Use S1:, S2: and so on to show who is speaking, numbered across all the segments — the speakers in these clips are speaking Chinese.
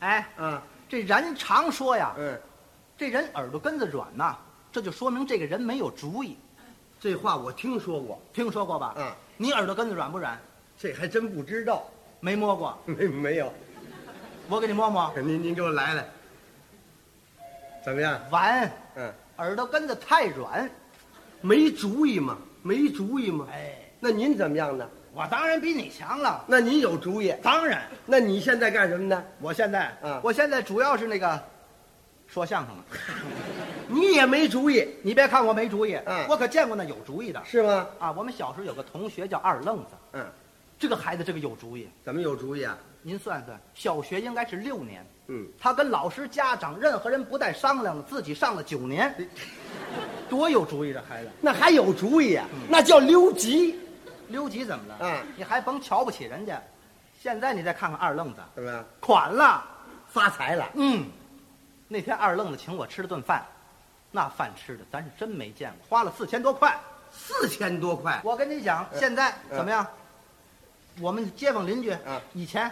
S1: 哎，
S2: 嗯
S1: 这人常说呀，
S2: 嗯，
S1: 这人耳朵根子软呐、这就说明这个人没有主意。
S2: 这话我听说过，
S1: 听说过吧？
S2: 嗯，
S1: 你耳朵根子软不软？
S2: 这还真不知道，
S1: 没摸过，
S2: 没没有？
S1: 我给你摸摸。
S2: 您您给我来来，怎么样？
S1: 完，
S2: 嗯，
S1: 耳朵根子太软。
S2: 没主意嘛，没主意嘛。
S1: 哎，
S2: 那您怎么样呢？
S1: 我当然比你强了，
S2: 那您有主意？
S1: 当然。
S2: 那你现在干什么呢？
S1: 我现在，
S2: 嗯
S1: 我现在主要是那个说相声了。
S2: 你也没主意
S1: 你别看我没主意，
S2: 嗯
S1: 我可见过那有主意的
S2: 是吗？
S1: 啊。我们小时候有个同学叫二愣子，
S2: 嗯，
S1: 这个孩子这个有主意。
S2: 怎么有主意啊？
S1: 您算算，小学应该是六年，
S2: 嗯，
S1: 他跟老师、家长、任何人不带商量的，自己上了九年，
S2: 哎
S1: 多有主意这 孩子。
S2: 那还有主意啊？那叫溜级，
S1: 留级怎么了？
S2: 嗯，
S1: 你还甭瞧不起人家。现在你再看看二愣子，
S2: 怎么样？
S1: 款了。
S2: 发财了？
S1: 嗯，那天二愣子请我吃了顿饭，那饭吃的咱是真没见过，花了四千多块。
S2: 四千多块，
S1: 我跟你讲，现在
S2: 嗯
S1: 怎么样？我们街坊邻居
S2: 嗯
S1: 以前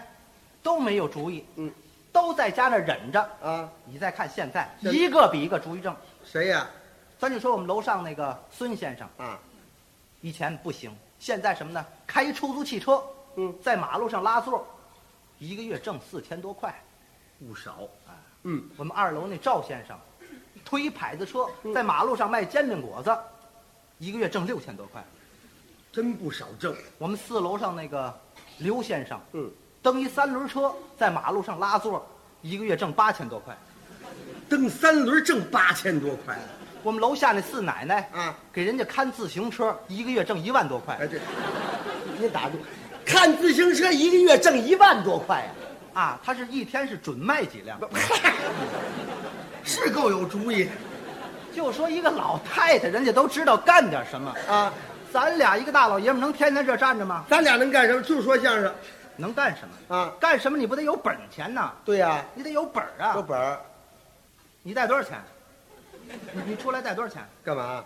S1: 都没有主意，
S2: 嗯，
S1: 都在家那儿忍着。
S2: 啊，
S1: 你再看现在，
S2: 现
S1: 一个比一个主意正。
S2: 谁呀、
S1: 咱就说我们楼上那个孙先生，
S2: 啊？
S1: 以前不行，现在什么呢？开一出租汽车，
S2: 嗯，
S1: 在马路上拉座，一个月挣四千多块。
S2: 不少啊。嗯，
S1: 我们二楼那赵先生，推牌子车在马路上卖煎饼果子，一个月挣六千多块。
S2: 真不少挣。
S1: 我们四楼上那个刘先生，
S2: 嗯，
S1: 蹬一三轮车在马路上拉座，一个月挣八千多块。
S2: 蹬三轮挣八千多块
S1: 我们楼下那四奶奶，
S2: 啊！
S1: 给人家看自行车，一个月挣一万多块
S2: 哎，这，你打住。看自行车一个月挣一万多块呀、
S1: 啊！他是一天是准卖几辆。
S2: 是够有主意
S1: 就说一个老太太，人家都知道干点什么。
S2: 啊！
S1: 咱俩一个大老爷们儿能天天这站着吗？
S2: 咱俩能干什么？就说相声
S1: 能干什么？
S2: 啊！
S1: 干什么你不得有本钱呐？
S2: 对呀、
S1: 你得有本儿啊！
S2: 本儿
S1: 你带多少钱？你你出来带多少钱？
S2: 干嘛？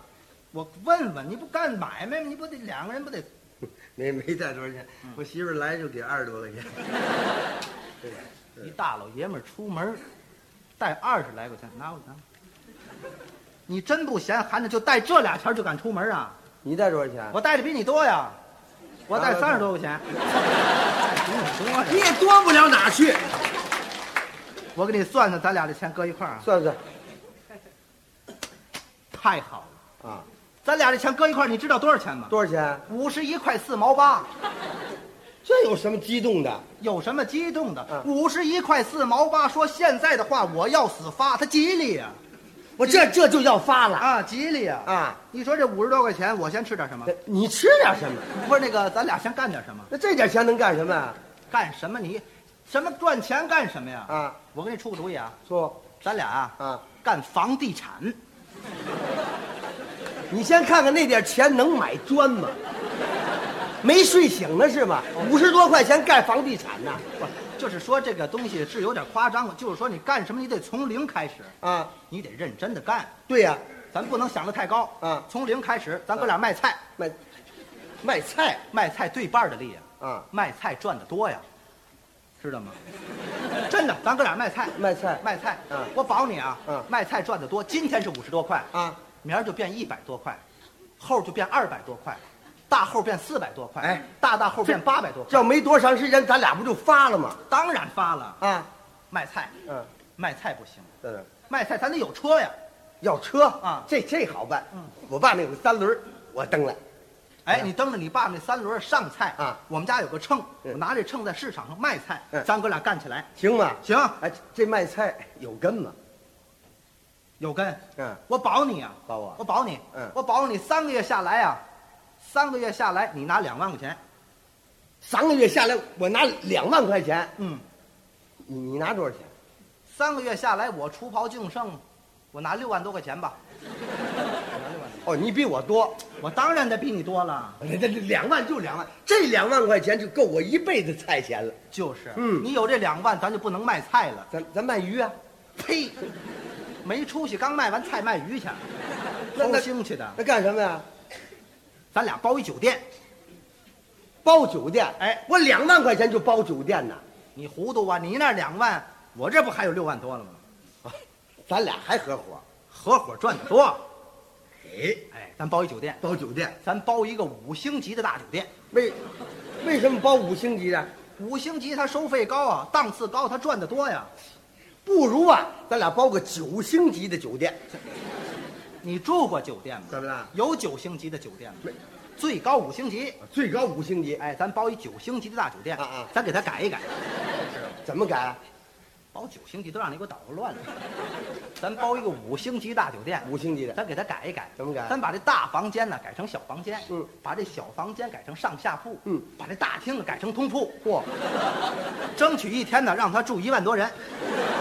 S1: 我问问，你不干买卖吗？你不得两个人不得？
S2: 没没带多少钱，我媳妇儿来就给二十多块钱。
S1: 一大老爷们儿出门儿，带二十来块钱，拿我拿我。你真不嫌寒碜，就带这俩钱儿就敢出门啊？
S2: 你带多少钱？
S1: 我带的比你多呀，我带
S2: 哎拿来
S1: 三十多块钱，比 你多呀。
S2: 你也多不了哪儿去。
S1: 我给你算算，咱俩这钱搁一块儿啊，
S2: 算算
S1: 太好了。
S2: 啊，
S1: 咱俩这钱搁一块儿，你知道多少钱吗？
S2: 多少钱？啊
S1: 五十一块四毛八，
S2: 这有什么激动的？
S1: 有什么激动的？
S2: 嗯
S1: 五十一块四毛八，说现在的话，我要死发，它吉利呀、
S2: 我这这就要发了
S1: 啊，吉利呀、
S2: 啊！
S1: 你说这五十多块钱，我先吃点什么？
S2: 你吃点什么？
S1: 不是那个，咱俩先干点什么？
S2: 那这点钱能干什么啊？
S1: 干什么你？什么赚钱干什么呀？
S2: 啊，
S1: 我给你出个主意啊，
S2: 说
S1: 咱俩啊，
S2: 啊，
S1: 干房地产，
S2: 你先看看那点钱能买砖吗？没睡醒呢是吗？五十多块钱盖房地产呢？
S1: 不是就是说这个东西是有点夸张了，就是说你干什么你得从零开始，
S2: 啊，
S1: 你得认真的干，
S2: 对呀、
S1: 咱不能想得太高
S2: 嗯
S1: 从零开始，咱哥俩卖菜，
S2: 卖卖菜
S1: 卖菜对半儿的利呀。
S2: 啊，
S1: 卖菜赚的多呀，知道吗？真的，咱哥俩卖菜，
S2: 卖菜
S1: 卖菜，
S2: 嗯
S1: 我保你啊，
S2: 嗯
S1: 卖菜赚的多，今天是五十多块，
S2: 啊，
S1: 明儿就变一百多块，后儿就变二百多块，大后儿变四百多块，
S2: 哎，
S1: 大大后儿变
S2: 这
S1: 八百多块，
S2: 这没多长时间，咱俩不就发了吗？
S1: 当然发了。
S2: 啊，
S1: 卖菜，
S2: 嗯，
S1: 卖菜不行，
S2: 在那儿
S1: 卖菜咱得有车呀。
S2: 要车
S1: 啊
S2: 这这好办。
S1: 嗯
S2: 我爸那有个三轮儿，我蹬来。
S1: 哎，
S2: 嗯
S1: 你蹬着你爸那三轮儿上菜
S2: 啊
S1: 我们家有个秤，
S2: 嗯
S1: 我拿这秤在市场上卖菜，
S2: 嗯
S1: 咱哥俩干起来
S2: 行吗？
S1: 行，
S2: 哎，这卖菜有根吗？
S1: 有根。
S2: 嗯，
S1: 我保你啊，
S2: 保我
S1: 我保你，
S2: 嗯
S1: 我保你三个月下来啊，三个月下来你拿两万块钱，
S2: 三个月下来，我拿两万块钱，
S1: 嗯，
S2: 你你拿多少钱？
S1: 三个月下来我除袍净剩，我拿六万多块钱吧，
S2: 哦，你比我多，
S1: 我当然得比你多了，
S2: 这这两万就两万，这两万块钱就够我一辈子菜钱了。
S1: 就是，
S2: 嗯
S1: 你有这两万咱就不能卖菜了，
S2: 咱咱卖鱼啊，
S1: 呸，没出息，刚卖完菜卖鱼去，
S2: 那
S1: 偷
S2: 那
S1: 腥去的，
S2: 那干什么呀？
S1: 咱俩包一酒店，
S2: 包酒店。
S1: 哎，
S2: 我两万块钱就包酒店呢。
S1: 你糊涂啊，你那两万我这不还有六万多了吗？
S2: 咱俩还合伙，
S1: 合伙赚的多，
S2: 哎，
S1: 哎，咱包一酒店，
S2: 包酒店，
S1: 咱包一个五星级的大酒店。
S2: 为为什么包五星级的？
S1: 五星级它收费高啊，档次高，它赚的多呀。
S2: 不如啊，咱俩包个九星级的酒店，
S1: 你住过酒店吗？
S2: 怎么了
S1: 有九星级的酒店吗
S2: 没？
S1: 最高五星级，
S2: 最高五星级，
S1: 哎，咱包一九星级的大酒店，
S2: 啊啊
S1: 咱给它改一改。
S2: 怎么改？啊
S1: 包九星级都让你给我捣和乱了，咱包一个五星级大酒店，
S2: 五星级的，
S1: 咱给它改一改，
S2: 怎么改
S1: 咱把这大房间呢改成小房间，
S2: 嗯，
S1: 把这小房间改成上下铺，
S2: 嗯，
S1: 把这大厅改成通铺，
S2: 嚯，
S1: 争取一天呢让他住一万多人，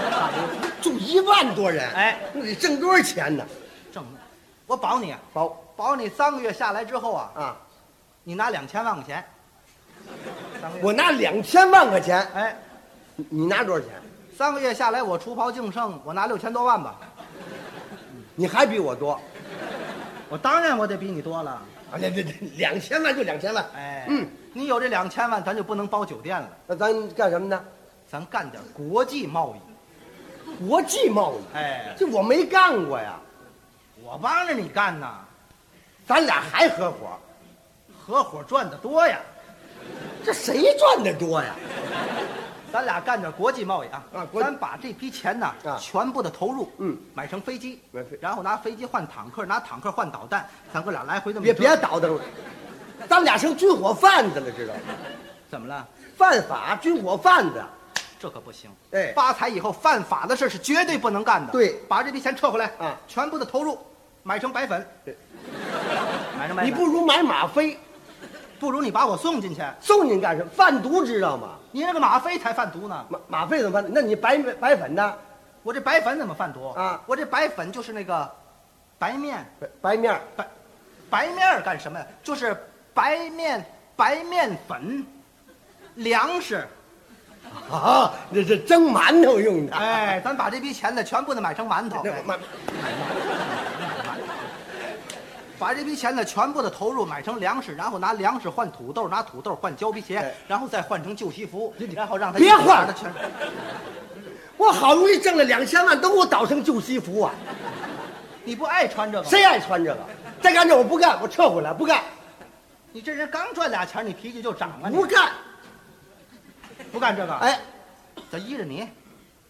S1: 差不多
S2: 住一万多人，
S1: 哎，
S2: 那得挣多少钱呢？
S1: 挣了。我保你啊，
S2: 包
S1: 保你三个月下来之后啊，
S2: 啊，
S1: 你拿两千万块钱，三个月，
S2: 我拿两千万块钱，
S1: 哎，
S2: 你你拿多少钱？
S1: 三个月下来我除袍净剩，我拿六千多万吧，
S2: 你还比我多，
S1: 我当然我得比你多了，
S2: 啊，对对对，两千万就两千万，
S1: 哎，
S2: 嗯，，
S1: 你有这两千万，咱就不能包酒店了。
S2: 那咱干什么呢？
S1: 咱干点国际贸易。
S2: 国际贸易，
S1: 哎，
S2: 这我没干过呀，
S1: 我帮着你干呐，
S2: 咱俩还合伙，
S1: 合伙赚的多呀。
S2: 这谁赚的多呀？
S1: 咱俩干点国际贸易啊，
S2: 啊国
S1: 咱把这批钱呢、
S2: 啊
S1: 全部的投入，
S2: 嗯，
S1: 买成飞机
S2: 买飞，
S1: 然后拿飞机换坦克，拿坦克换导弹，咱哥俩来回这么
S2: 别
S1: 折
S2: 别倒腾了，咱俩成军火贩子了，知道吗？
S1: 怎么了？
S2: 犯法军火贩子，
S1: 这可不行。
S2: 哎
S1: 发财以后犯法的事是绝对不能干的。
S2: 对
S1: 把这笔钱撤回来
S2: 啊
S1: 全部的投入，买成白粉
S2: 对，
S1: 买成白粉。
S2: 你不如买吗啡，
S1: 不如你把我送进去，
S2: 送你干什么？贩毒知道吗？
S1: 你那个吗啡才贩毒呢。
S2: 吗吗啡怎么贩毒？那你白白粉呢？
S1: 我这白粉怎么贩毒
S2: 啊
S1: 我这白粉就是那个白面，
S2: 白白面儿
S1: 白白面儿干什么呀？就是白面白面粉，粮 食。
S2: 啊，这是蒸馒头用的。
S1: 哎，咱把这批钱呢，全部的买成馒头，
S2: 这
S1: 哎
S2: 馒
S1: 把这批钱呢，全部的投入买成粮食，然后拿粮食换土豆，拿土豆换胶皮鞋
S2: 哎，
S1: 然后再换成旧西服，然后让他
S2: 别
S1: 一股
S2: 换
S1: 儿的全。
S2: 我好容易挣了两千万，都给我倒成旧西服啊！
S1: 你不爱穿这个？
S2: 谁爱穿这个？再干这我不干，我撤回来，不干，
S1: 你这人刚赚俩钱儿，你脾气就长啊！你
S2: 不干。
S1: 不干这个，
S2: 哎，
S1: 咱依着你，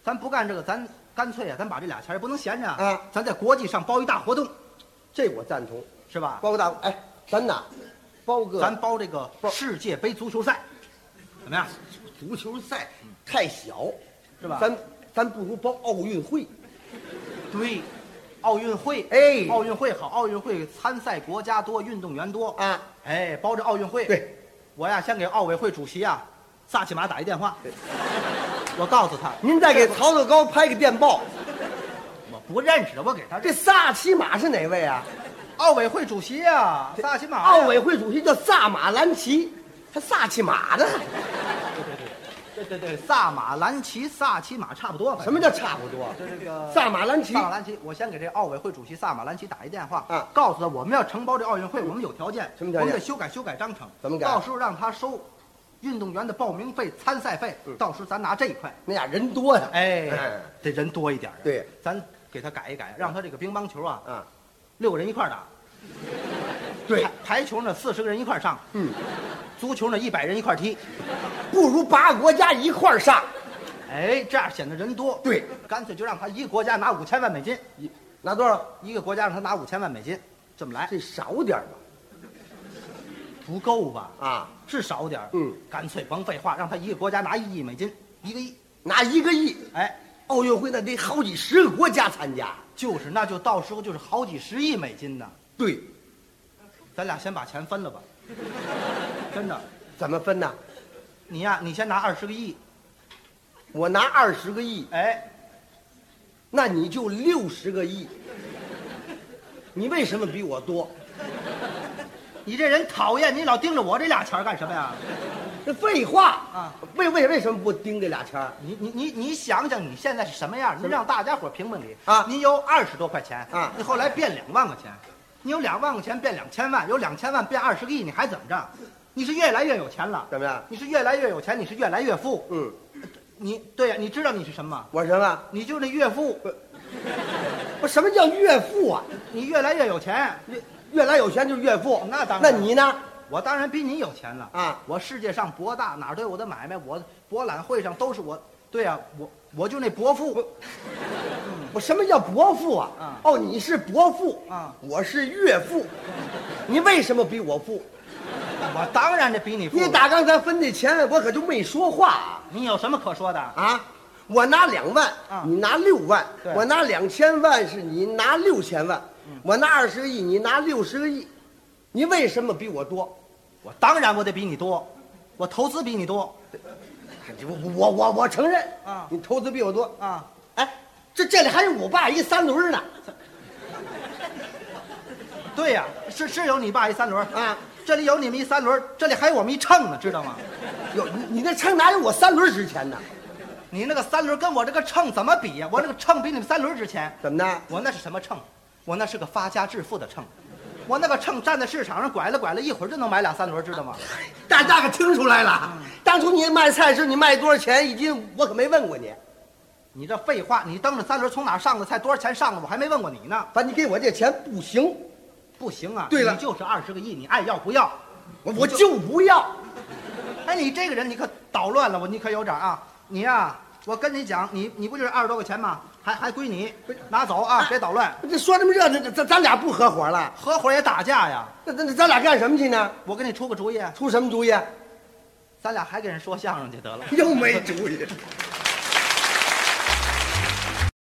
S1: 咱不干这个，咱干脆啊，咱把这俩钱儿也不能闲着
S2: 啊
S1: 咱在国际上包一大活动，
S2: 这我赞同。
S1: 是吧？
S2: 包个大，哎，咱呐，包个
S1: 咱包这个
S2: 包
S1: 世界杯足球赛，怎么样？
S2: 足球赛嗯太小，
S1: 是吧？
S2: 咱咱不如包奥运会。
S1: 对，奥运会，
S2: 哎
S1: 奥运会好，奥运会参赛国家多，运动员多
S2: 啊，
S1: 哎，包着奥运会。
S2: 对，
S1: 我呀，先给奥委会主席啊，萨琪玛打一电话， 我告诉他，
S2: 您再给曹德高拍个电报。
S1: 我不认识，我给他这
S2: 这萨奇马是哪位啊？
S1: 奥委会主席啊，萨琪玛呀，
S2: 奥委会主席叫萨马兰奇，他萨奇马的。
S1: 对对对，萨马兰奇、萨琪玛差不多吧？
S2: 什么叫差不多？
S1: 就这个
S2: 萨马兰奇
S1: 萨马兰奇，我先给这奥委会主席萨马兰奇打一电话，
S2: 啊
S1: 告诉他我们要承包这奥运会，我们有条件，
S2: 什么条件
S1: 我们得修改修改章程，
S2: 怎么改
S1: 到时候让他收运动员的报名费、参赛费，
S2: 嗯
S1: 到时候咱拿这一块。
S2: 那俩人多呀。
S1: 哎，得人多一点啊。
S2: 对，
S1: 咱给他改一改，让他这个乒乓球啊，
S2: 啊，
S1: 六个人一块儿打。
S2: 对
S1: 排，排球呢四十个人一块儿上，
S2: 嗯，
S1: 足球呢一百人一块儿踢，
S2: 不如八个国家一块儿上。
S1: 哎，这样显得人多。
S2: 对，
S1: 干脆就让他一个国家拿五千万美金，
S2: 一拿多少？
S1: 一个国家让他拿五千万美金，这么来
S2: 这少点儿吧。
S1: 不够吧？
S2: 啊，
S1: 是少点儿
S2: 嗯，
S1: 干脆甭废话，让他一个国家拿一亿美金，一个亿。
S2: 拿一个亿，
S1: 哎，
S2: 奥运会那得好几十个国家参加。
S1: 就是，那就到时候就是好几十亿美金呢。
S2: 对，
S1: 咱俩先把钱分了吧，真的。
S2: 怎么分呢？
S1: 你呀、你先拿二十个亿，
S2: 我拿二十个亿，
S1: 哎，
S2: 那你就六十个亿。你为什么比我多？
S1: 你这人讨厌，你老盯着我这俩钱儿干什么呀？
S2: 这废话
S1: 啊！
S2: 为为为什么不盯这俩钱儿？
S1: 你你你你想想你现在是什么样？您让大家伙评论你
S2: 啊
S1: 您有二十多块钱
S2: 啊
S1: 你后来变两万块钱，你有两万块钱变两千万，有两千万变二十个亿，你还怎么着？你是越来越有钱了，
S2: 怎么样？
S1: 你是越来越有钱，你是越来越富，
S2: 嗯，
S1: 你对呀、你知道你是什么？
S2: 我什么？
S1: 你就是那岳父，
S2: 不，什么叫岳父啊？
S1: 你越来越有钱。
S2: 越越来有钱就是岳父。
S1: 那当然
S2: 那你呢？
S1: 我当然比你有钱了
S2: 啊！
S1: 我世界上博大，哪儿都有我的买卖，我博览会上都是我。对呀、我我就那伯父，
S2: 我什么叫伯父啊？
S1: 啊
S2: 哦，你是伯父
S1: 啊
S2: 我是岳父。 你为什么比我富？
S1: 我当然得比你富。
S2: 你打刚才分的钱，我可就没说话啊！
S1: 你有什么可说的？
S2: 啊我拿两万，
S1: 啊
S2: 你拿六万；
S1: 对
S2: 我拿两千万，是你拿六千万；我拿二十个亿，你拿六十个亿。你为什么比我多？
S1: 我当然我得比你多，我投资比你多
S2: 我我我我承认
S1: 啊
S2: 你投资比我多。
S1: 啊！
S2: 哎，这这里还有我爸一三轮呢。
S1: 对呀、是是有你爸一三轮
S2: 啊，
S1: 这里有你们一三轮，这里还有我们一秤呢，知道吗？
S2: 哟，你你那秤哪有我三轮值钱呢？
S1: 你那个三轮跟我这个秤怎么比呀、我那个秤比你们三轮值钱。
S2: 怎么的？
S1: 我那是什么秤？我那是个发家致富的秤，我那个秤站在市场上拐了拐了，一会儿就能买俩三轮，知道吗？
S2: 大家可听出来了，当初你卖菜时你卖多少钱一斤，我可没问过你。
S1: 你这废话，你蹬着三轮从哪儿上的菜，多少钱上的，我还没问过你呢。
S2: 反正你给我这钱不行，
S1: 不行啊，
S2: 对了
S1: 你就是二十个亿，你爱要不要？
S2: 我我就不要。
S1: 哎，你这个人你可捣乱了，我你可有点儿啊！你呀、我跟你讲，你你不就是二十多块钱吗？还还归你，拿走啊，别捣乱。
S2: 这说这么热闹，咱咱俩不合伙了？
S1: 合伙也打架呀！
S2: 那那那咱俩干什么去呢？
S1: 我给你出个主意，
S2: 出什么主意？啊
S1: 咱俩还给人说相声去得了。
S2: 又没主意。